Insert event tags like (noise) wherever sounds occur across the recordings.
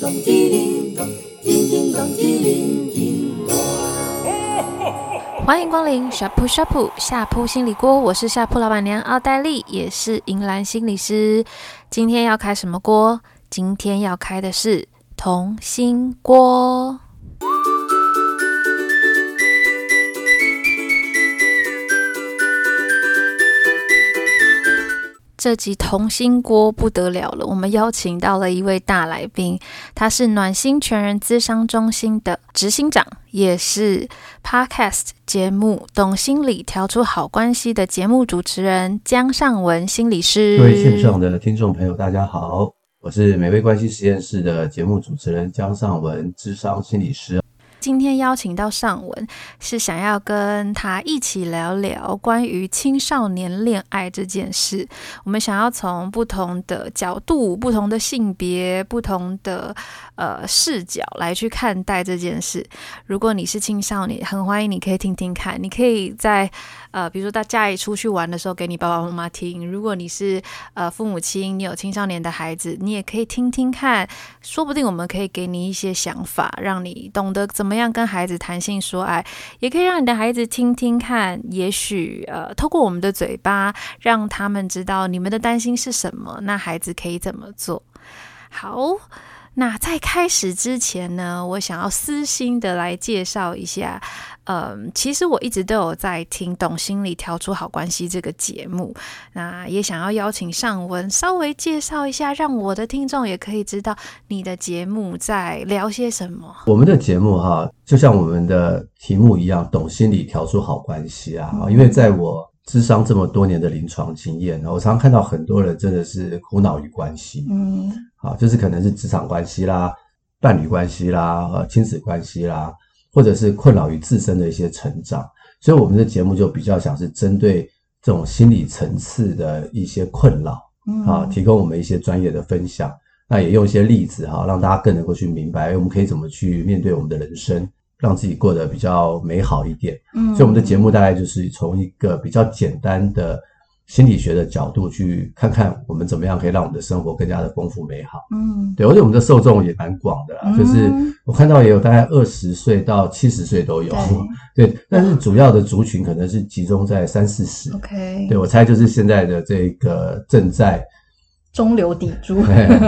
咚叽嗯铃咚，叮叮咚叽铃叮咚。欢迎光临 Shapu Shapu 下铺心理锅，我是下铺老板娘奥黛丽，也是银兰心理师。今天要开什么锅？今天要开的是同心锅。这集同心锅不得了了，我们邀请到了一位大来宾，他是暖心全人咨商中心的执行长，也是 Podcast 节目《懂心理调出好关系》的节目主持人江尚文心理师。各位线上的听众朋友，大家好，我是美味关系实验室的节目主持人江尚文，智商心理师。今天邀请到尚文，是想要跟他一起聊聊关于青少年恋爱这件事。我们想要从不同的角度、不同的性别、不同的呃视角来去看待这件事。如果你是青少年，很欢迎你可以听听看。你可以在呃，比如说大家一出去玩的时候，给你爸爸妈妈听。如果你是呃父母亲，你有青少年的孩子，你也可以听听看，说不定我们可以给你一些想法，让你懂得怎么样跟孩子谈性说爱，也可以让你的孩子听听看，也许呃，透过我们的嘴巴，让他们知道你们的担心是什么，那孩子可以怎么做。好，那在开始之前呢，我想要私心的来介绍一下，嗯，其实我一直都有在听《懂心理调出好关系》这个节目，那也想要邀请尚文稍微介绍一下，让我的听众也可以知道你的节目在聊些什么。我们的节目哈、就像我们的题目一样，懂心理调出好关系啊。因为在我智商这么多年的临床经验，我常常看到很多人真的是苦恼于关系，嗯啊，就是可能是职场关系啦、伴侣关系啦、呃亲子关系啦，或者是困扰于自身的一些成长。所以我们的节目就比较想是针对这种心理层次的一些困扰嗯啊，提供我们一些专业的分享。那也用一些例子哈、让大家更能够去明白，哎我们可以怎么去面对我们的人生，让自己过得比较美好一点。嗯所以我们的节目大概就是从一个比较简单的心理学的角度去看看，我们怎么样可以让我们的生活更加的丰富美好。嗯对，而且我们的受众也蛮广的啦，嗯就是我看到也有大概二十岁到七十岁都有， (laughs) 对但是主要的族群可能是集中在三四十。 OK，对，我猜就是现在的这个正在，中流砥柱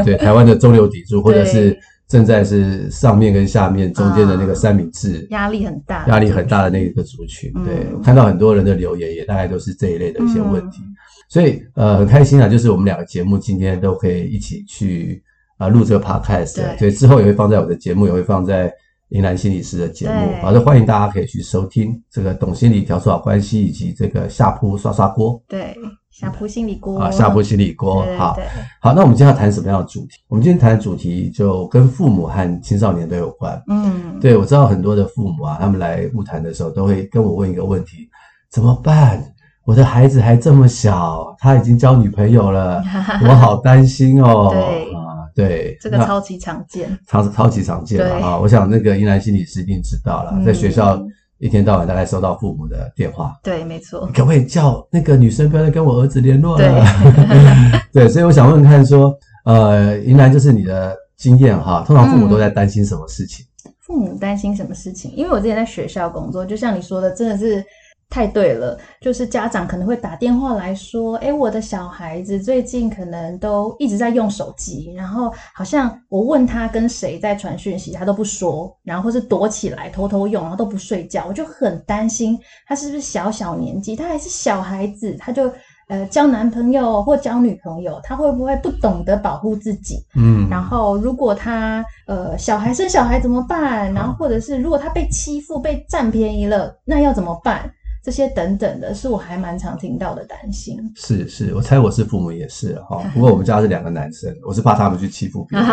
对台湾的中流砥柱，或者对是正在是上面跟下面中间的那个啊三明治，压力很大，压力很大的那个族群。嗯对，我看到很多人的留言也大概都是这一类的一些问题，嗯所以呃很开心啊，就是我们两个节目今天都可以一起去啊、呃录这个 podcast，对所以之后也会放在我的节目，也会放在。林兰心理师的节目，对好的，欢迎大家可以去收听这个懂心理调出好关系，以及这个下铺刷刷锅对，下铺心理锅啊，下铺心理锅。对对好对好，那我们今天要谈什么样的主题？我们今天谈的主题就跟父母和青少年都有关。嗯，对，我知道很多的父母啊，他们来物谈的时候，都会跟我问一个问题：怎么办？我的孩子还这么小，他已经交女朋 (laughs) 友了，我好担心哦。对啊，对，这个那超级常见，超超级常见了对啊！我想那个英兰心理师一定知道了，在学校嗯一天到晚大概收到父母的电话，对，没错你，可不可以叫那个女生不要再跟我儿子联络了？对 (laughs) 对，所以我想问问看说，呃，英兰就是你的经验哈，通常父母都在担心什么事情？父母担心什么事情？因为我之前在学校工作，就像你说的，真的是。太对了，就是家长可能会打电话来说：“哎，我的小孩子最近可能都一直在用手机，然后好像我问他跟谁在传讯息，他都不说，然后或是躲起来偷偷用，然后都不睡觉，我就很担心他是不是小小年纪，他还是小孩子，他就呃交男朋友或交女朋友，他会不会不懂得保护自己？嗯，然后如果他呃小孩生小孩怎么办？然后或者是如果他被欺负、被占便宜了，那要怎么办？这些等等的，是我还蛮常听到的担心。是是，我猜我是父母也是啊哈、不过我们家是两个男生，我是怕他们去欺负 (laughs) 别人。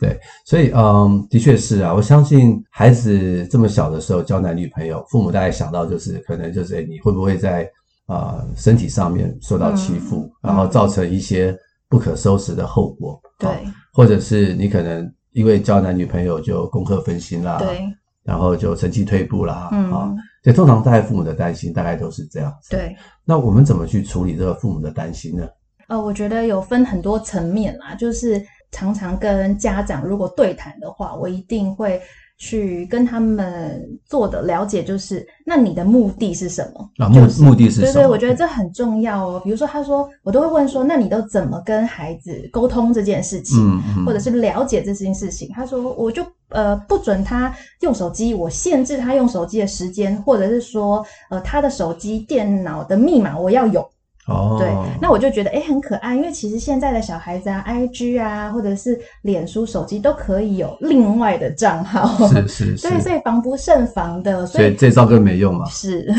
对，所以嗯，的确是啊。我相信孩子这么小的时候交男女朋友，父母大概想到就是可能就是、哎诶你会不会在呃身体上面受到欺负，嗯然后造成一些不可收拾的后果。对、啊或者是你可能因为交男女朋友就功课分心啦，，对，然后就成绩退步啦，嗯，啊，所以通常大概父母的担心大概都是这样子。对。那我们怎么去处理这个父母的担心呢？呃，我觉得有分很多层面啦，就是常常跟家长如果对谈的话，我一定会去跟他们做的了解，就是那你的目的是什么？啊，目就是目的是对什么？对，我觉得这很重要哦。比如说，他说我都会问说，那你都怎么跟孩子沟通这件事情？嗯嗯，或者是了解这件事情。他说，我就呃不准他用手机，我限制他用手机的时间，或者是说呃他的手机、电脑的密码我要有。哦，对，那我就觉得诶很可爱，因为其实现在的小孩子啊，IG 啊，或者是脸书、手机都可以有另外的账号。是是 (laughs) 是，对，所以防不胜防的，所所以以，这招更没用嘛 (laughs) 是。对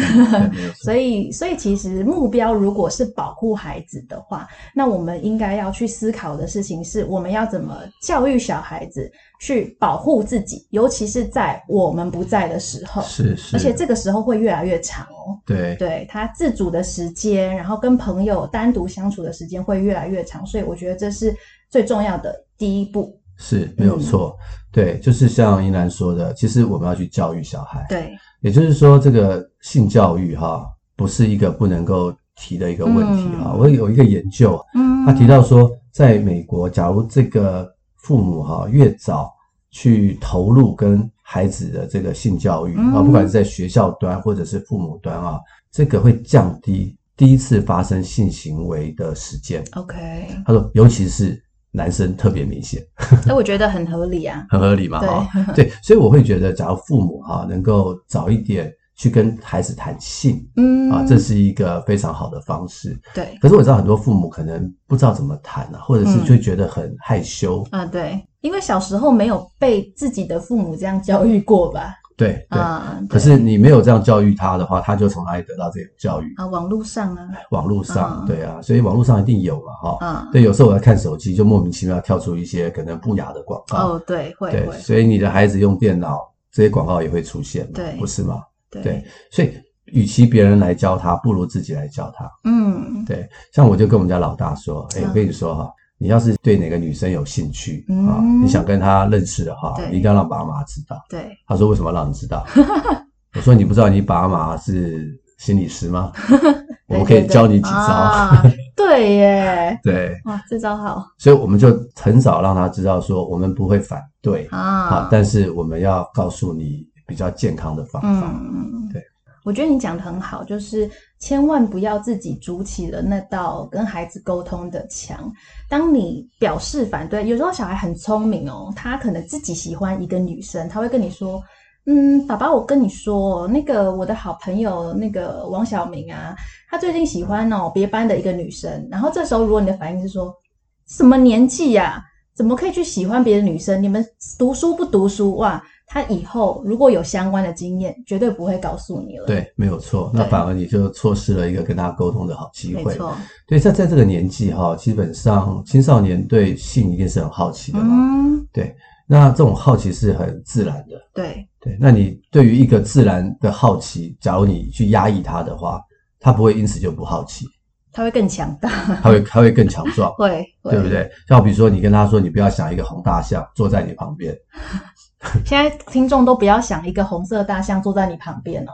没有错所以，所以其实目标如果是保护孩子的话，那我们应该要去思考的事情是，我们要怎么教育小孩子去保护自己，尤其是在我们不在的时候，是是，而且这个时候会越来越长哦。对对他自主的时间，然后跟朋友单独相处的时间会越来越长，所以我觉得这是最重要的第一步。是没嗯有错，对，就是像依兰说的，其实我们要去教育小孩，对，也就是说，这个性教育哈，不是一个不能够提的一个问题哈。嗯我有一个研究，嗯他提到说，在美国，假如这个父母哈越早去投入跟孩子的这个性教育啊，嗯不管是在学校端或者是父母端啊，这个会降低第一次发生性行为的时间。 OK，他说，尤其是男生特别明显。哎那我觉得很合理啊。很合理嘛，哈， (laughs) 对，所以我会觉得，假如父母哈、能够早一点去跟孩子谈性嗯啊，这是一个非常好的方式。对嗯可是我知道很多父母可能不知道怎么谈啊，或者是就觉得很害羞，啊，对，因为小时候没有被自己的父母这样教育过吧？对对。啊，对可是你没有这样教育他的话，他就从哪里得到这种教育？啊，网络上啊，网络上，嗯对啊，所以网络上一定有嘛，哈。啊，对，有时候我在看手机，就莫名其妙跳出一些可能不雅的广告，哦，对，会啊对，会，所以你的孩子用电脑，这些广告也会出现嘛，对不是吗？对对，，所以与其别人来教他，不如自己来教他。嗯对，像我就跟我们家老大说，哎、嗯我跟你说哈，你要是对哪个女生有兴趣、嗯啊，你想跟她认识的话，对你一定要让爸妈知道。对，他说为什么要让你知道？ (laughs) 我说你不知道你爸妈是心理师吗？我们可以 (laughs) 对对教你几对招。啊对耶，对，哇，这招好所以我们就很早让他知道说，我们不会反对啊啊，，但是我们要告诉你比较健康的方法。嗯，对。我觉得你讲的很好，就是千万不要自己筑起了那道跟孩子沟通的墙。当你表示反对，有时候小孩很聪明哦，他可能自己喜欢一个女生，他会跟你说：“嗯，爸爸，我跟你说，那个我的好朋友那个王小明啊，他最近喜欢哦别班的一个女生。”然后这时候，如果你的反应是说：“什么年纪呀、怎么可以去喜欢别的女生？你们读书不读书？哇，他以后如果有相关的经验，绝对不会告诉你了。，对，没有错。那对反而你就错失了一个跟他沟通的好机没会。错。对，在在这个年纪哈，基本上青少年对性一定是很好奇的嘛。嗯，那这种好奇是很自然的。对，对，那你对于一个自然的好奇，假如你去压抑它的话，它不会因此就不好奇，他会更强大，，它会它会更强壮 (laughs) 会，会对不？对？像比如说，你跟他说你不要想一个红大象坐在你旁边，现在听众都不要想一个红色大象坐在你旁边哦，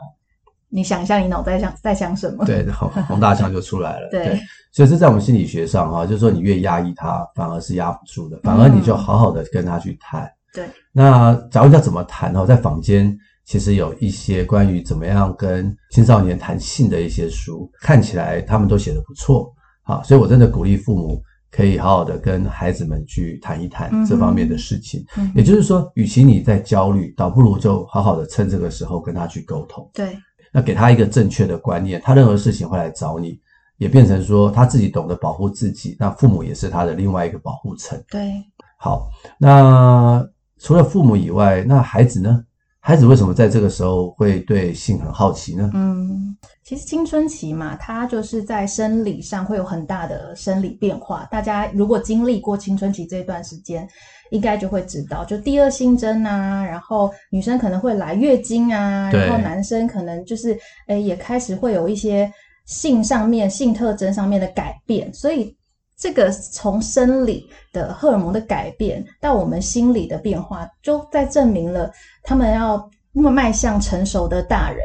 你想一下你脑袋想在想什么？对，红红大象就出来了。对所以这在我们心理学上哈、就是说你越压抑它，反而是压不住的，反而你就好好的跟他去谈。嗯对那假如要怎么谈哦，在坊间其实有一些关于怎么样跟青少年谈性的一些书，看起来他们都写得不错啊，所以我真的鼓励父母可以好好的跟孩子们去谈一谈嗯哼这方面的事情。嗯也就是说，与其你在焦虑，倒不如就好好的趁这个时候跟他去沟通。对，那给他一个正确的观念，他任何事情会来找你，也变成说他自己懂得保护自己，那父母也是他的另外一个保护层。对，好，那除了父母以外，那孩子呢？孩子为什么在这个时候会对性很好奇呢？嗯，其实青春期嘛，它就是在生理上会有很大的生理变化。大家如果经历过青春期这段时间，应该就会知道，就第二性征啊，然后女生可能会来月经啊，对然后男生可能就是诶也开始会有一些性上面、性特征上面的改变，所以。这个从生理的荷尔蒙的改变到我们心理的变化，就在证明了他们要迈向成熟的大人。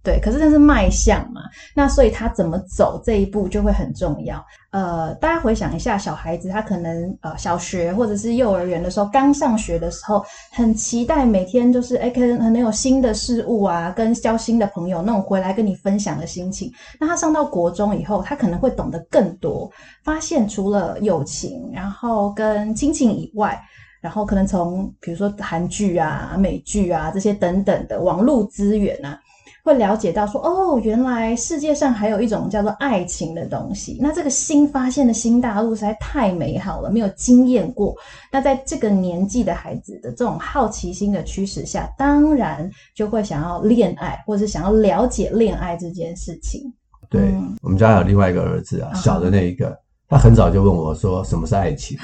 对，可是那是迈向嘛，那所以他怎么走这一步就会很重要。呃，大家回想一下，小孩子他可能呃小学或者是幼儿园的时候，刚上学的时候，很期待每天就是哎，可能可能有新的事物啊，跟交新的朋友那种回来跟你分享的心情。那他上到国中以后，他可能会懂得更多，发现除了友情，然后跟亲情以外。然后可能从比如说韩剧啊、美剧啊这些等等的网络资源啊，会了解到说，哦，原来世界上还有一种叫做爱情的东西。那这个新发现的新大陆实在太美好了，没有经验过。那在这个年纪的孩子的这种好奇心的驱使下，当然就会想要恋爱，或者想要了解恋爱这件事情。对、嗯我们家有另外一个儿子啊，嗯哼小的那一个，他很早就问我说什么是 (laughs) 爱情。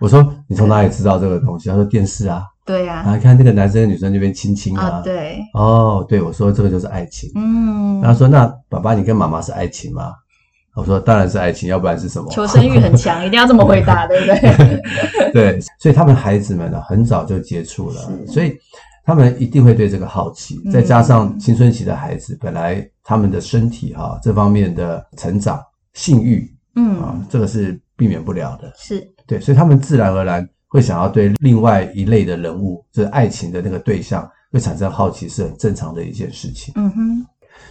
我说你从哪里知道这个东西？他说电视啊，对呀、啊看那个男生跟女生那边亲亲啊，啊。对，哦，对，我说这个就是爱情。嗯然，后他说那爸爸你跟妈妈是爱情吗？我说当然是爱情，要不然是什么？求生欲很强，一定要这么回答，对不对？ (laughs) 对，所以他们孩子们呢，很早就接触了，是所以他们一定会对这个好奇。嗯再加上青春期的孩子，本来他们的身体哈、这方面的成长、性欲啊、嗯，这个是避免不了的。是，对，所以他们自然而然会想要对另外一类的人物，就是爱情的那个对象，会产生好奇，是很正常的一件事情。嗯哼，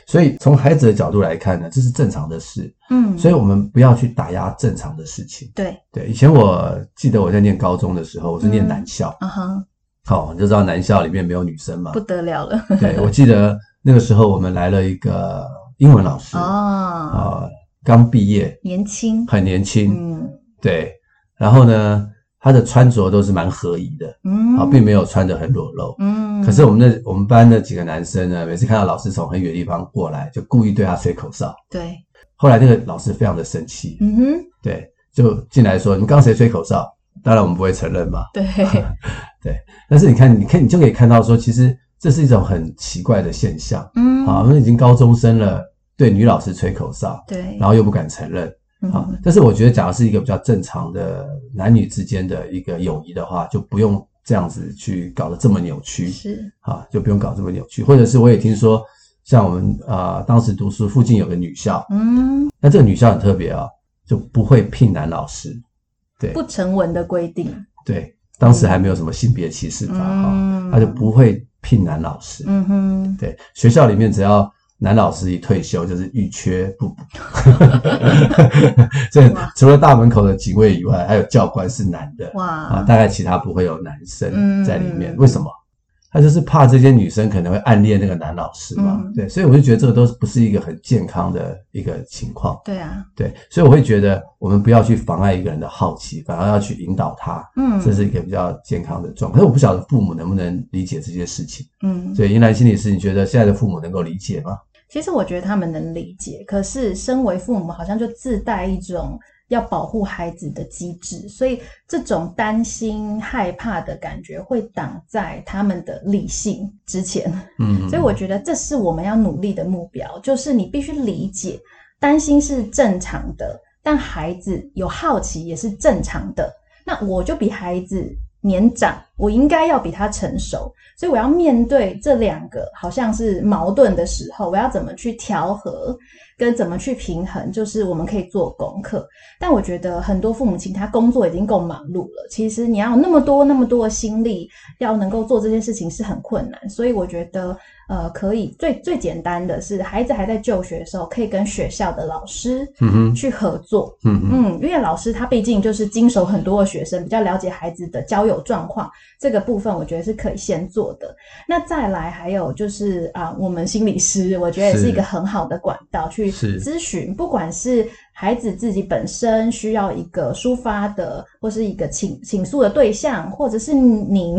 所以从孩子的角度来看呢，这是正常的事，嗯，所以我们不要去打压正常的事情。对，对，以前我记得我在念高中的时候，我是念男校。啊哈，好、你就知道男校里面没有女生嘛不。得了了，对，我记得那个时候我们来了一个英文老师，啊、哦，刚毕业，年轻，很年轻，嗯对。然后呢，他的穿着都是蛮合宜的，嗯，啊，并没有穿得很裸露。嗯，可是我们那我们班那几个男生呢，每次看到老师从很远的地方过来，就故意对他吹口哨。对，后来那个老师非常的生气，嗯哼，对，就进来说：“你们刚刚谁吹口哨？”当然我们不会承认嘛。 (laughs) 对，但是你看，你看，你就可以看到说，其实这是一种很奇怪的现象。嗯，啊，，那已经高中生了，对女老师吹口哨，对，然后又不敢承认啊嗯。但是我觉得，假如是一个比较正常的男女之间的一个友谊的话，就不用这样子去搞得这么扭曲是，啊，就不用搞这么扭曲。或者是我也听说，像我们啊、呃当时读书附近有个女校，嗯，那这个女校很特别啊，就不会聘男老师。对不成文的规定，对，当时还没有什么性别歧视法哈，嗯，他就，不会聘男老师。嗯哼，对，学校里面只要男老师一退休，就是欲缺不补。 (laughs) 所以除了大门口的警卫以外，还有教官是男的啊，哇，大概其他不会有男生在里面。嗯为什么？他就是怕这些女生可能会暗恋那个男老师嘛。嗯对，所以我就觉得这个都不是一个很健康的一个情况。对啊，对，所以我会觉得我们不要去妨碍一个人的好奇，反而要去引导他。嗯，这是一个比较健康的状况，可是我不晓得父母能不能理解这些事情。嗯，所以，英兰心理师，你觉得现在的父母能够理解吗？其实我觉得他们能理解，可是身为父母，好像就自带一种要保护孩子的机制，所以这种担心、害怕的感觉会挡在他们的理性之前。嗯，所以我觉得这是我们要努力的目标，就是你必须理解，担心是正常的，但孩子有好奇也是正常的。那我就比孩子年长，我应该要比他成熟，所以我要面对这两个好像是矛盾的时候，我要怎么去调和，跟怎么去平衡，就是我们可以做功课。但我觉得很多父母亲他工作已经够忙碌了，其实你要有那么多那么多的心力，要能够做这些事情是很困难，所以我觉得，呃，可以最最简单的是，孩子还在就学的时候，可以跟学校的老师嗯哼，去合作，嗯哼，嗯，因为老师他毕竟就是经手很多的学生，比较了解孩子的交友状况，这个部分我觉得是可以先做的。那再来还有就是啊，我们心理师，我觉得也是是一个很好的管道去是咨询，不管是孩子自己本身需要一个抒发的，或是一个倾倾诉的对象，或者是您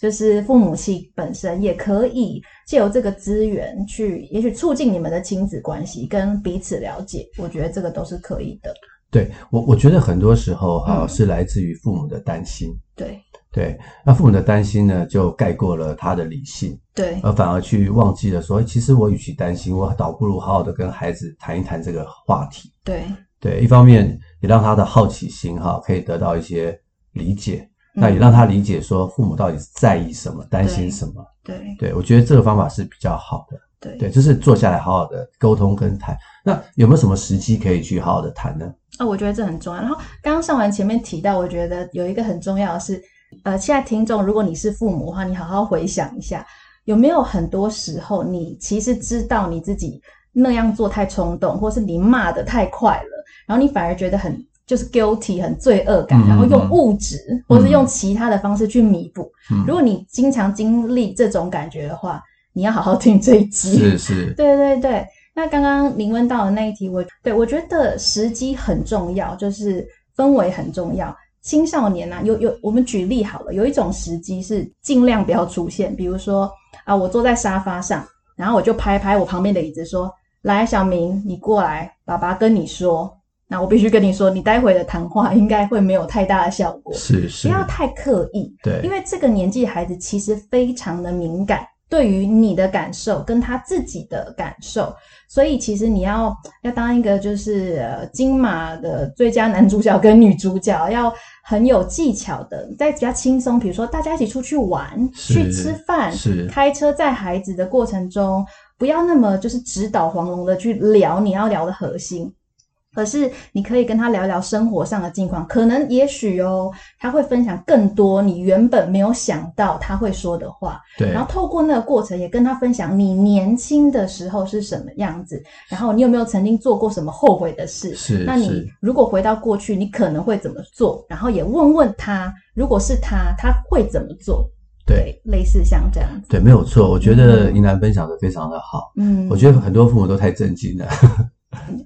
就是父母亲本身也可以借由这个资源去，也许促进你们的亲子关系跟彼此了解，我觉得这个都是可以的。对我我觉得很多时候哈、嗯是来自于父母的担心，对对，那父母的担心呢就盖过了他的理性，对，而反而去忘记了说，诶其实我与其担心，我倒不如好好的跟孩子谈一谈这个话题。对，对，一方面也让他的好奇心哈、可以得到一些理解，那也让他理解说父母到底在意什么，担心什么。嗯对对我觉得这个方法是比较好的。对对，就是坐下来好好的沟通跟谈。那有没有什么时机可以去好好的谈呢？啊、我觉得这很重要。然后刚刚上完前面提到，我觉得有一个很重要的是，呃，现在听众，如果你是父母的话，你好好回想一下，有没有很多时候你其实知道你自己那样做太冲动，或是你骂的太快了，然后你反而觉得很就是 guilty，很罪恶感，然后用物质或是用其他的方式去弥补。嗯如果你经常经历这种感觉的话，你要好好听这一集。是是，对对对，那刚刚您问到的那一题，我对我觉得时机很重要，就是氛围很重要。青少年啊，有有，我们举例好了，有一种时机是尽量不要出现，比如说啊，我坐在沙发上，然后我就拍拍我旁边的椅子说：“来，小明，你过来，爸爸跟你说。”那我必须跟你说，你待会的谈话应该会没有太大的效果，是是不，要太刻意。对，因为这个年纪的孩子其实非常的敏感，对于你的感受跟他自己的感受，所以其实你要要当一个就是呃金马的最佳男主角跟女主角，要很有技巧的，在比较轻松，比如说大家一起出去玩、是去吃饭、是开车载孩子的过程中，不要那么就是直捣黄龙的去聊你要聊的核心，可是你可以跟他聊聊生活上的近况，可能也许哦，他会分享更多你原本没有想到他会说的话，对然后透过那个过程也跟他分享你年轻的时候是什么样子，然后你有没有曾经做过什么后悔的事？是那你是如果回到过去，你可能会怎么做？然后也问问他，如果是他，他会怎么做？对。，类似像这样子，对，没有错。我觉得宜兰分享的非常的好，嗯，我觉得很多父母都太震惊了。 (laughs)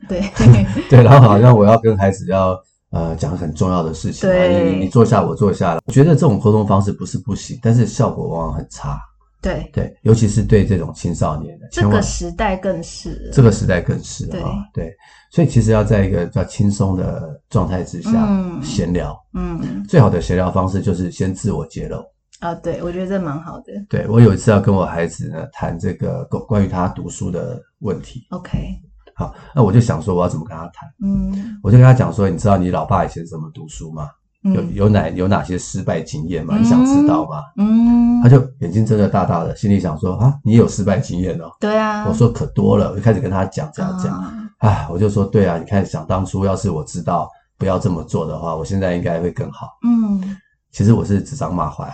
得对，对，然后好像我要跟孩子要呃讲很重要的事情啊，对你你坐下，我坐下了。我觉得这种沟通方式不是不行，但是效果往往很差。对，对，尤其是对这种青少年的，这千万个时代更是这个时代更是对啊、对，所以其实要在一个比较轻松的状态之下、嗯闲聊，嗯最好的闲聊方式就是先自我揭露。啊，对，我觉得这蛮好的。对我有一次要跟我孩子呢谈这个关关于他读书的问题， OK，好，那我就想说我要怎么跟他谈。嗯，我就跟他讲说，你知道你老爸以前怎么读书吗？有嗯有哪有哪些失败经验吗？你想知道吗？嗯他，就眼睛睁得大大的，心里想说啊，你也有失败经验哦。对啊，我说可多了，我就开始跟他讲讲讲。啊哎，我就说对啊，你看想当初要是我知道不要这么做的话，我现在应该会更好。嗯，其实我是指桑 (laughs) 骂槐，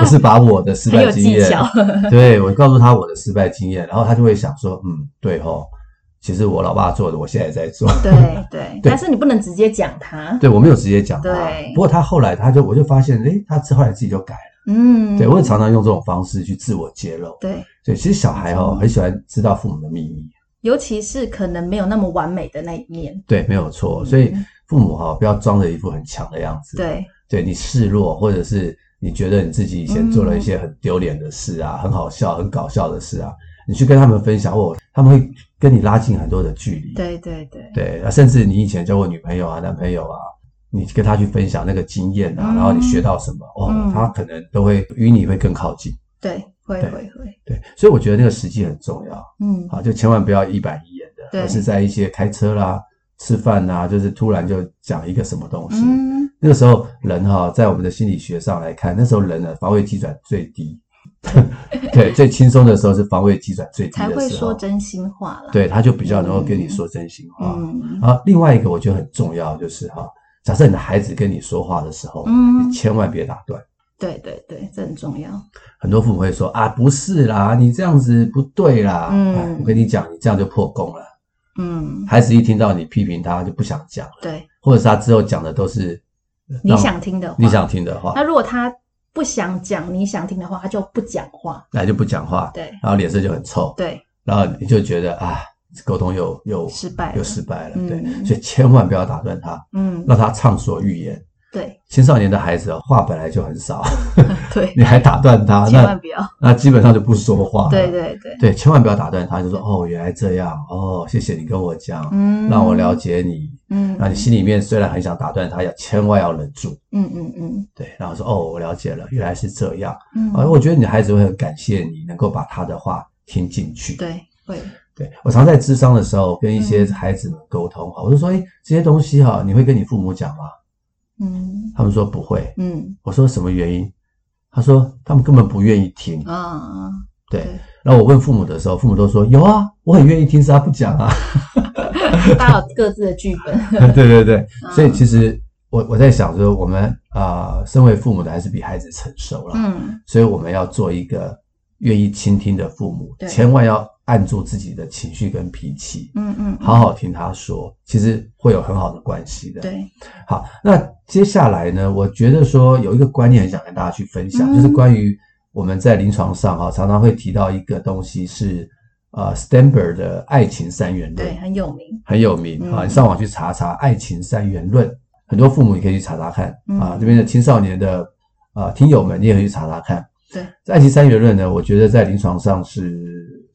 我是把我的失很败有经技验， (laughs) 巧，对我告诉他我的失败经验，然后他就会想说，嗯，对吼，其实我老爸做的，我现在也在 (laughs) 做。对对，对但是你不能直接讲他，对我没有直接讲他对，不过他后来他就我就发现，诶，他后来自己就改了。嗯，对我也常常用这种方式去自我揭露。对，对，其实小孩哦很喜欢知道父母的秘密，尤其是可能没有那么完美的那一面，对，没有错。所以父母哦哈、不要装着一副很强的样子，嗯对对你示弱，或者是你觉得你自己以前做嗯了一些很丢脸的事啊，很好笑、很搞笑的事啊，你去跟他们分享，哦，他们会跟你拉近很多的距离。对对对，对，啊，甚至你以前交过女朋友啊、男朋友啊，你跟他去分享那个经验啊，嗯然后你学到什么，哦，嗯他可能都会与你会更靠近。对会对会会，对，所以我觉得那个时机很重要，嗯，好，就千万不要一板一眼的，对而是在一些开车啦、吃饭啦，就是突然就讲一个什么东西。嗯，那个时候人哈、在我们的心理学上来看，那时候人的防卫机转最 (laughs) 低，对，最轻松的时候是防卫机转最低才的会时说候，真心话啦，，对，他就比较能够跟你说真心话。嗯然后另外一个我觉得很重要就是哈、假设你的孩子跟你说话的时候，嗯你千万别打断。对对对，这很重要，很多父母会说啊，不是啦，你这样子不对啦。嗯哎我跟你讲，你这样就破功了。嗯，孩子一听到你批评他，就不想讲，对，或者是他之后讲的都是呃你让想听的话，你想听的话那，如果他不想讲你想听的话，他就不讲话。哎那就不讲话，对然后脸色就很臭，对，然后你就觉得啊，沟通又又失败了又失败了。对，嗯所以千万不要打断他，嗯，让他畅所欲言。对青少年的孩子哦话本来就很少，对，你还打断他， (laughs) 千万那啊不要。那基本上就不说话了。对对对，对，千万不要打断他，就说哦，原来这样，哦，谢谢你跟我讲，嗯，让我了，解你。嗯，那你心里面虽然很想打断他，要千万要忍住。嗯嗯嗯对，然后说哦，我了解了，原来是这样。嗯，啊，我觉得你的孩子会很感谢你能够把他的话听进去。对会，对，我常在智商的时候跟一嗯些孩子们沟通哈，我就说，哎，这些东西哈，你会跟你父母讲吗？嗯他们说不会。嗯我说什么原因？他说他们根本不愿意听。啊，对。然后我问父母的时候，父母都说有啊，我很愿意听，是他不讲 (laughs) 啊。大家有各自的剧本，对对对，嗯所以其实我我在想说，我们啊、呃身为父母的还是比孩子成熟了，嗯，所以我们要做一个愿意倾听的父母，对千万要按住自己的情绪跟脾气，嗯嗯，好好听他说，其实会有很好的关系的。对，好，那接下来呢，我觉得说有一个观念很想跟大家去分享，嗯就是关于我们在临床上哈、常常会提到一个东西是呃 Stamper 的爱情三元论对，，很有名，很有名啊，嗯你上网去查查爱情三元论，很多父母也可以去查查看啊嗯，这边的青少年的呃听友们，你也可以去查查看。对，爱情三元论呢，我觉得在临床上是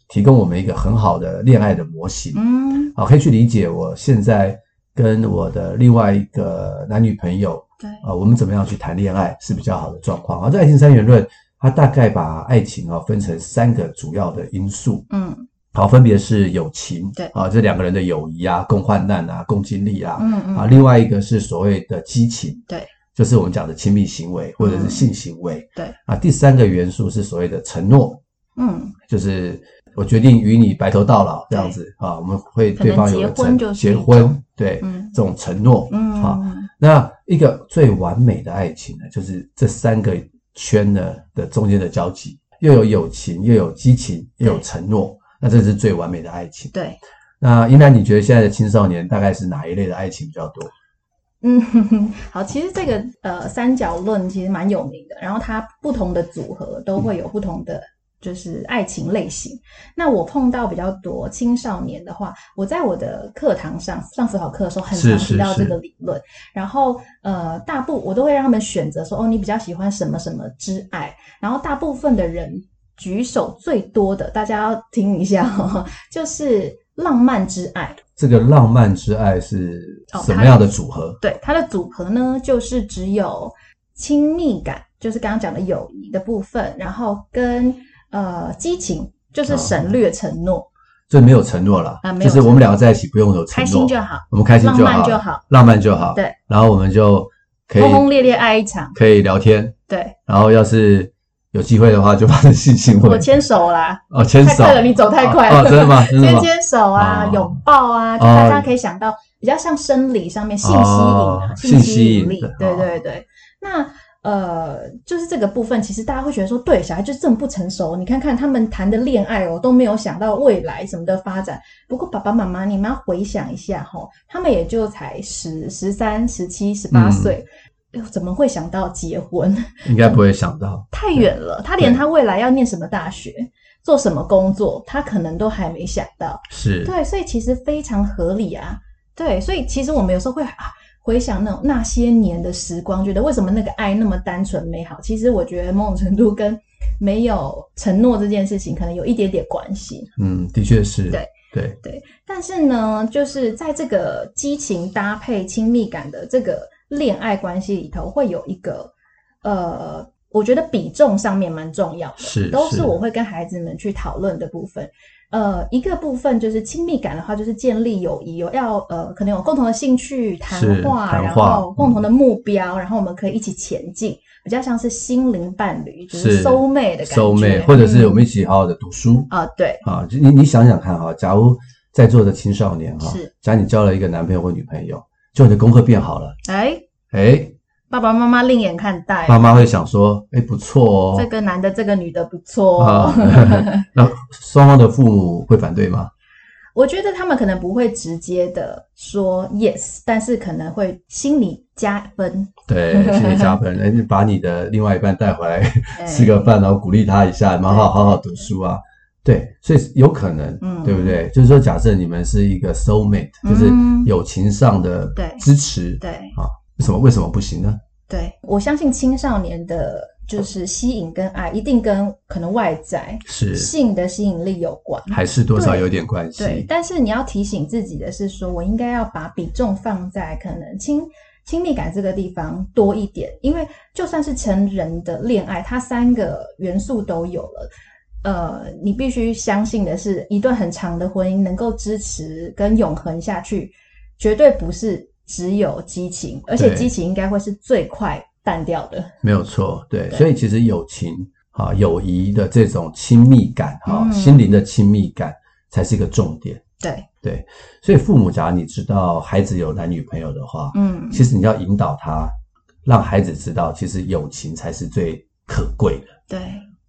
提供我们一个很好的恋爱的模型。嗯，啊，可以去理解我现在跟我的另外一个男女朋友对，啊、我们怎么样去谈恋爱是比较好的状况啊。这爱情三元论，它大概把爱情啊分成三个主要的因素，嗯好，分别是友情，对啊，这两个人的友谊啊、共患难啊、共经历啊，嗯嗯，啊，另外一个是所谓的激情，对，就是我们讲的亲密行为或者是嗯性行为，对，啊，第三个元素是所谓的承诺，嗯，就是我决定与你白头到老这样子啊，我们会对方有个可能结婚就是结一婚种，对、嗯这种承诺，嗯，好，那一个最完美的爱情呢，就是这三个圈呢的中间的交集，又有友情，又有激情，又有承诺，那这是最完美的爱情。对，那英兰，你觉得现在的青少年大概是哪一类的爱情比较多？嗯， (laughs) 好，其实这个呃三角论其实蛮有名的，然后它不同的组合都会有不同的就是爱情类型。那我碰到比较多青少年的话，我在我的课堂上上辅导课的时候，很是常是提到这是个理论。然后呃，大部我都会让他们选择说，哦，你比较喜欢什么什么之爱。然后大部分的人举手最多的，大家要听一下、哦，就是浪漫之爱。这个浪漫之爱是哦什么样的组合？对，它的组合呢，就是只有亲密感，就是刚刚讲的友谊的部分，然后跟呃激情，哦就是省略承诺，就没有承诺了，啊没就有是我们两个在一起不用有承开诺心，就好，我们开心就浪好，漫就好，浪漫就好。对，然后我们就可以轰轰烈烈爱一场。可以聊天，对然后要是有机会的话，就发生性行我为牵手啦，哦，牵太手。快了，你走太快了，哦，真的吗？真的牵 (laughs) 吗？牵手啊，哦拥抱啊，就哦大家可以想到比较像生理上面性吸引啊哦，性吸性吸引引力对，对哦对对。那呃，就是这个部分，其实大家会觉得说，对，小孩就是这么不成熟。你看看他们谈的恋爱哦，都没有想到未来什么的发展。不过爸爸妈妈，你们要回想一下哈、他们也就才十、十三、十七、十八嗯岁，哎呦怎么会想到结婚？应该不会想到，太远了，他连他未来要念什么大学、做什么工作，他可能都还没想到。是对，所以其实非常合理啊。对，所以其实我们有时候会啊回想那种那些年的时光，觉得为什么那个爱那么单纯美好？其实我觉得某种程度跟没有承诺这件事情可能有一点点关系。嗯，的确是，对对，但是呢，就是在这个激情搭配亲密感的这个恋爱关系里头，会有一个呃，我觉得比重上面蛮重要的，是都是是我会跟孩子们去讨论的部分。呃，一个部分就是亲密感的话，就是建立友谊，有要呃，可能有共同的兴趣、谈是话，谈然话嗯后共同的目标，然后我们可以一起前进，比较像是心灵伴侣，就是是收妹的感觉，收妹，或者是我嗯们一起好好的读书啊、对，啊。就你你想想看哈，假如在座的青少年哈是，假如你交了一个男朋友或女朋友，就你的功课变好了，哎，哎，爸爸妈妈另眼看待，爸妈会想说，哎，不错哦，这个男的，这个女的不错、啊哦。， (laughs) 那双方的父母会反对吗？ (laughs) 我觉得他们可能不会直接的说 yes，但是可能会心里加分， (laughs) 对，心理加分，哎，你把你的另外一半带回来哎 (laughs) 吃个饭，然后鼓励他一下，蛮好，对好好读书啊。对，所以有可能，嗯对不对？就是说，假设你们是一个 soul mate，、就是嗯友情上的对支持，对为什么为什么不行呢？对，我相信青少年的就是吸引跟爱，一定跟可能外在是性的吸引力有关。还是多少对有点关对系，，但是你要提醒自己的是说，我应该要把比重放在可能亲亲密感这个地方多一点，因为就算是成人的恋爱，它三个元素都有了。呃，你必须相信的是，一段很长的婚姻能够支持跟永恒下去，绝对不是只有激情，而且对激情应该会是最快淡掉的。没有错，对。对所以其实友情啊友谊的这种亲密感啊，嗯心灵的亲密感才是一个重点。对，所以父母，假如你知道孩子有男女朋友的话，嗯，其实你要引导他，让孩子知道，其实友情才是最可贵的，对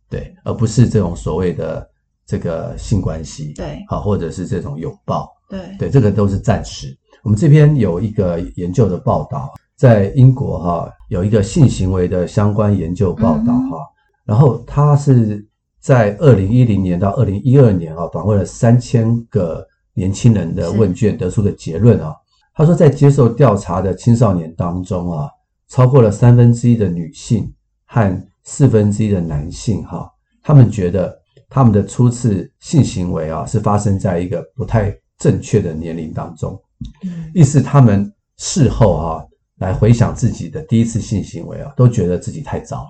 对，而不是这种所谓的这个性关系，对好，或者是这种拥抱，对，对，这个都是暂时。我们这边有一个研究的报道，在英国哈、有一个性行为的相关研究报道哈、然后它是在二零一零年到二零一二年啊、访问了三千个年轻人的问卷，得出的结论啊，他说在接受调查的青少年当中啊，超过了三分之一的女性和四分之一的男性哈、他们觉得他们的初次性行为啊是发生在一个不太正确的年龄当中，嗯意思他们事后啊来回想自己的第一次性行为啊，都觉得自己太早了，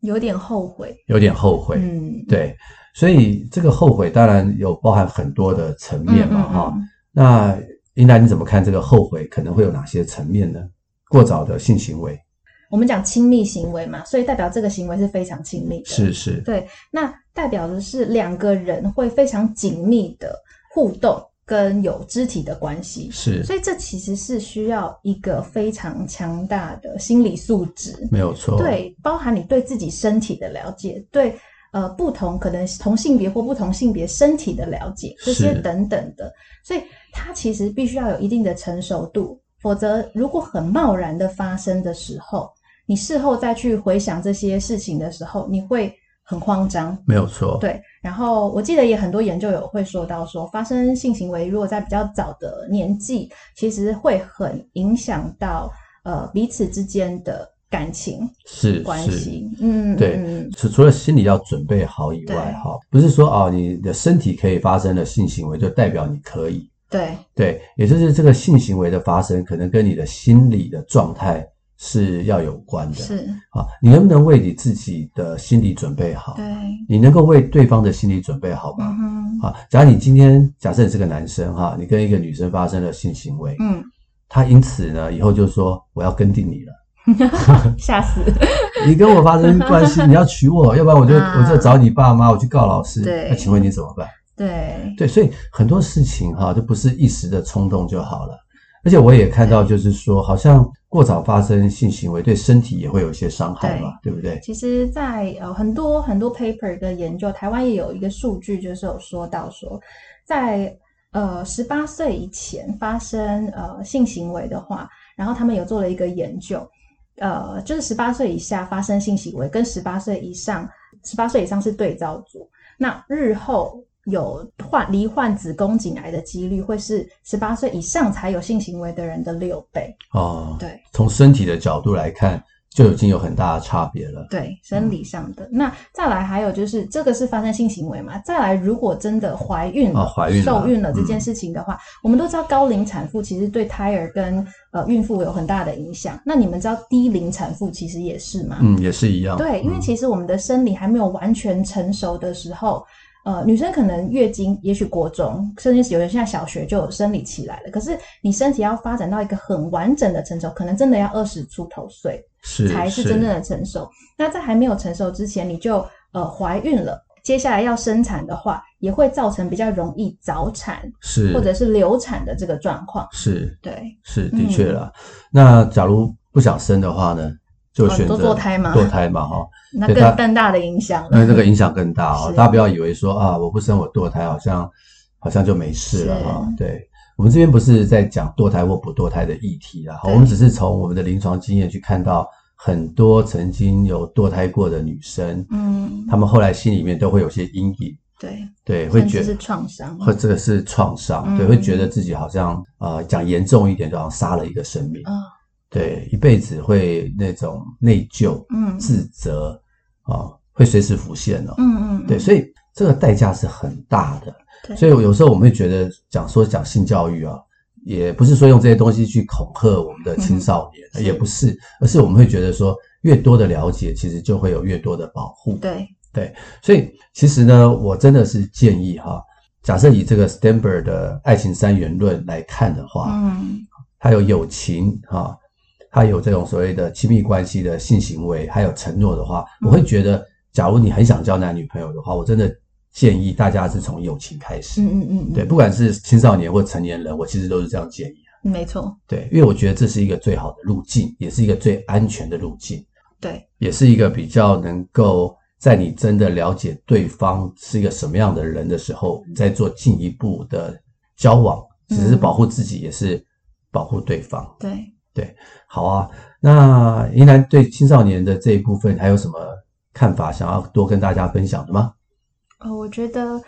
有点后悔，有点后悔。嗯，对，所以这个后悔当然有包含很多的层面嘛哈、嗯嗯嗯那英兰你怎么看这个后悔可能会有哪些层面呢？过早的性行为我们讲亲密行为嘛，所以代表这个行为是非常亲密的，是是那代表的是两个人会非常紧密的互动跟有肢体的关系，是，所以这其实是需要一个非常强大的心理素质，没有错。对，包含你对自己身体的了解，对呃不同可能同性别或不同性别身体的了解，这些是等等的，所以它其实必须要有一定的成熟度，否则如果很贸然的发生的时候，你事后再去回想这些事情的时候，你会很慌张，没有错。对，然后我记得也很多研究有会说到说，发生性行为如果在比较早的年纪，其实会很影响到呃彼此之间的感情是关是。系。嗯，对嗯除除了心理要准备好以对外，哈，不是说哦，你的身体可以发生的性行为就代表你可以，对对，也就是这个性行为的发生，可能跟你的心理的状态是要有关的。是，啊，你能不能为你自己的心理准备好对？，你能够为对方的心理准备好吗嗯？哼，啊，假如你今天假设你是个男生哈，你跟一个女生发生了性行为，嗯，他因此呢以后就说我要跟定你了，吓死，你跟我发生关 (laughs) 系，你要娶我，要不然我就啊我就找你爸妈，我去告老师。对那请问你怎么办？对对，所以很多事情哈，就不是一时的冲动就好了。而且我也看到，就是说，好像过早发生性行为对身体也会有一些伤害嘛，对不对？其实在，呃很多很多 paper 跟研究，台湾也有一个数据，就是有说到说，在呃十八岁以前发生呃性行为的话，然后他们有做了一个研究，呃，就是十八岁以下发生性行为跟十八岁以上，十八岁以上是对照组，那日后。有患罹患子宫颈癌的几率会是十八岁以上才有性行为的人的六倍。哦，对，从身体的角度来看，就已经有很大的差别了。对，生理上的。那再来还有就是，这个是发生性行为嘛？再来，如果真的怀孕了、啊怀孕了受孕了嗯这件事情的话，我们都知道高龄产妇其实对胎儿跟呃孕妇有很大的影响。那你们知道低龄产妇其实也是吗？嗯，也是一样。对，因为嗯其实我们的生理还没有完全成熟的时候，呃，女生可能月经，也许国中，甚至是有人现在小学就有生理期来了。可是你身体要发展到一个很完整的成熟，可能真的要二十出头岁。是才是真正的成熟。那在还没有成熟之前，你就呃怀孕了，接下来要生产的话，也会造成比较容易早产是或者是流产的这个状况。是对，是嗯的确啦。那假如不想生的话呢，就哦选择多堕胎嘛堕胎嘛哈。那对更它更大的影响那了。这个影响更大哦是。大家不要以为说啊，我不生我堕胎，好像好像就没事了哈、是对我们这边不是在讲堕胎或不堕胎的议题啦，对我们只是从我们的临床经验去看到很多曾经有堕胎过的女生，嗯，她们后来心里面都会有些阴影，对，对，会甚觉至得是创伤。或这个是创伤，嗯对，会觉得自己好像呃讲严重一点，就好像杀了一个生命，啊对，一辈子会那种内疚、嗯自责啊、会随时浮现哦。嗯嗯，对，所以这个代价是很大的。对所以有时候我们会觉得讲说讲性教育啊，也不是说用这些东西去恐吓我们的青少年，嗯也不是，而是我们会觉得说越多的了解，其实就会有越多的保护。对所以其实呢，我真的是建议哈、假设以这个 Stanberg 的爱情三元论来看的话，嗯它有友情哈，嗯它有这种所谓的亲密关系的性行为，还有承诺的话，我会觉得假如你很想交男女朋友的话，我真的建议大家是从友情开始。嗯嗯嗯，对，不管是青少年或成年人，我其实都是这样建议。嗯，没错，对，因为我觉得这是一个最好的路径，也是一个最安全的路径，对，也是一个比较能够在你真的了解对方是一个什么样的人的时候，嗯你再做进一步的交往，只是保护自己，也是保护对方。对，好啊，那宜兰对青少年的这一部分还有什么看法，想要多跟大家分享的吗？呃，我觉得，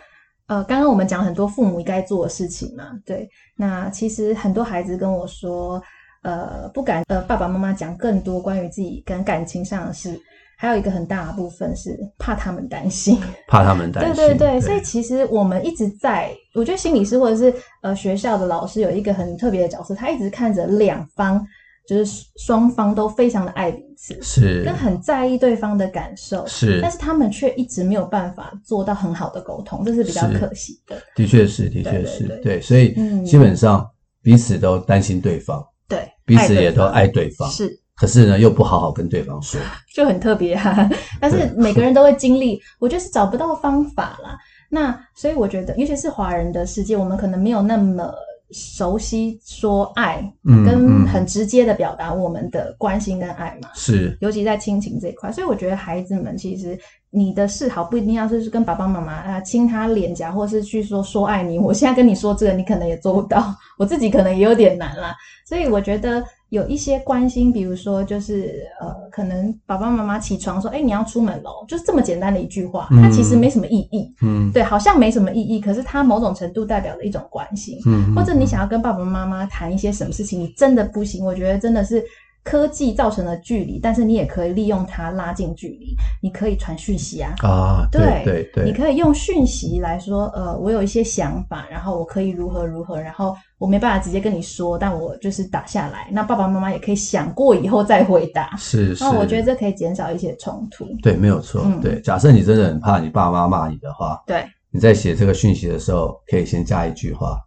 呃，刚刚我们讲了很多父母该做的事情嘛，对。那其实很多孩子跟我说，呃，不敢呃爸爸妈妈讲更多关于自己跟感情上的事，还有一个很大的部分是怕他们担心。怕他们担心。对对对，所以其实我们一直在，我觉得心理师或者是呃学校的老师有一个很特别的角色，他一直看着两方，就是双方都非常的爱彼此，是跟很在意对方的感受，是但是他们却一直没有办法做到很好的沟通，这是比较是可惜的。的确是，的对确对是对对，所以嗯基本上彼此都担心对方，对，彼爱此对也都方爱对方，是可是呢又不好好跟对方说，就很特别哈、啊。 (laughs) 但是对每个人都会经历，我就是找不到方法啦。那所以我觉得，尤其是华人的世界，我们可能没有那么熟悉说爱，(laughs) 嗯跟嗯很直接的表达我们的关心跟爱嘛。是尤其在亲情这一块，所以我觉得孩子们其实你的示好不一定要是跟爸爸妈妈啊亲他脸颊，或是去说说爱你。我现在跟你说这个，你可能也做不到， (laughs) 我自己可能也有点难啦。所以我觉得有一些关心，比如说就是呃，可能爸爸妈妈起床说，哎、你要出门喽，就是这么简单的一句话，它其实没什么意义。嗯对，好像没什么意义，可是它某种程度代表了一种关心。嗯，或者你想要跟爸爸妈妈谈一些什么事情，你真的不行，我觉得真的是科技造成的距离，但是你也可以利用它拉近距离，你可以传讯息啊。啊，对对你对，可以用讯息来说，呃，我有一些想法，然后我可以如何如何，然后我没办法直接跟你说，但我就是打下来，那爸爸妈妈也可以想过以后再回答。是是，那我觉得这可以减少一些冲突。对，没有错嗯，对。假设你真的很怕你爸妈骂你的话，对，你在写这个讯息的时候，可以先加一句话，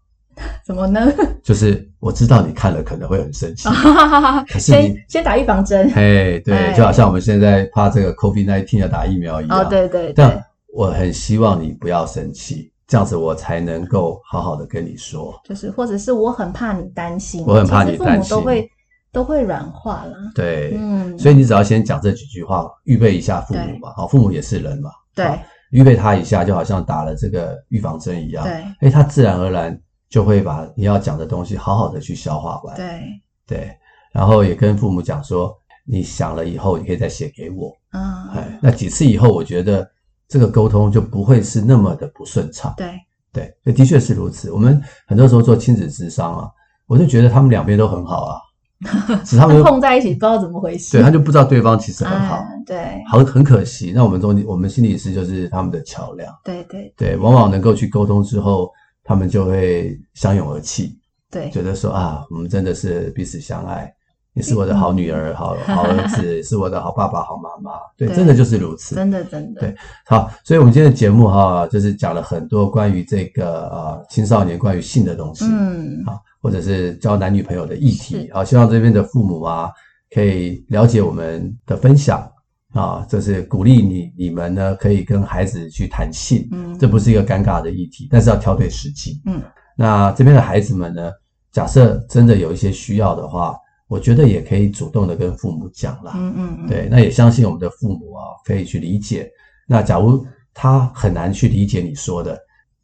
怎么呢？ (laughs) 就是我知道你看了可能会很生气， (laughs) 可是哦先你。先打预防针。嘿，哎对，就好像我们现在怕这个 COVID 1 9要打啊疫苗一样，哦，对对对，但我很希望你不要生气，这样子我才能够好好的跟你说。就是或者是我很怕你担心，我很怕你担心其实父母都会都会软化啦。对，嗯，所以你只要先讲这几句话，预备一下父母对嘛，哦好，父母也是人嘛，对预备他一下，就好像打了这个预防针一样，对哎，他自然而然就会把你要讲的东西好好的去消化完，对，对，然后也跟父母讲说，你想了以后，你可以再写给我，啊，哎，那几次以后，我觉得这个沟通就不会是那么的不顺畅。对对，那的确是如此。我们很多时候做亲子智商啊，我就觉得他们两边都很好 (laughs) 啊，只是他们那就碰在一起不知道怎么回事，对他就不知道对方其实很好啊，，对好很可惜。那我们中我们心理师就是他们的桥梁，对对对，往往能够去沟通之后，他们就会相拥而泣，对觉得说啊，我们真的是彼此相爱。你是我的好女儿、好好儿子，是我的好爸爸、好妈妈。对，对真的就是如此。真的真的，对好，所以我们今天的节目哈、就是讲了很多关于这个呃青少年关于性的东西。嗯，啊，或者是交男女朋友的议题是啊，希望这边的父母啊可以了解我们的分享啊，这是鼓励你你们呢可以跟孩子去谈性，嗯这不是一个尴尬的议题，但是要挑对时机。嗯，那这边的孩子们呢，假设真的有一些需要的话，我觉得也可以主动的跟父母讲啦。嗯嗯嗯，对，那也相信我们的父母啊，可以去理解。那假如他很难去理解你说的，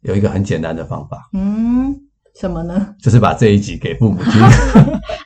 有一个很简单的方法，嗯，什么呢？就是把这一集给父母听。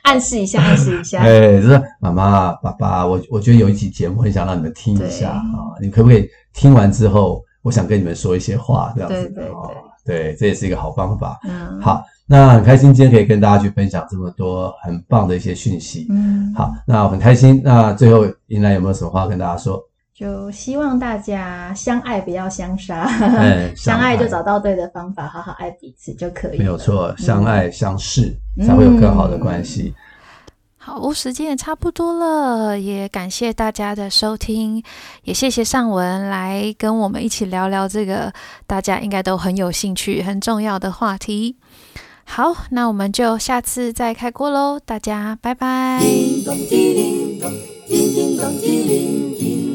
暗示一下，暗示一下， (laughs) 哎，就是妈妈、爸爸，我我觉得有一集节目很想让你们听一下啊，你可不可以听完之后，我想跟你们说一些话，这样子对对哦对，这也是一个好方法。嗯，，好，那很开心今天可以跟大家去分享这么多很棒的一些讯息。嗯，好，那我很开心。那最后，英兰有没有什么话跟大家说？就希望大家相爱不要相杀，哎嗯相相爱爱就找到对的方法，好好爱彼此就可以，没有，错，相爱相视、嗯才会有更好的关系。好，哦时间也差不多了，也感谢大家的收听，也谢谢尚文来跟我们一起聊聊这个大家应该都很有兴趣、很重要的话题。好，那我们就下次再开锅喽，大家拜拜。叮咚叮铃咚，叮叮咚叮铃叮。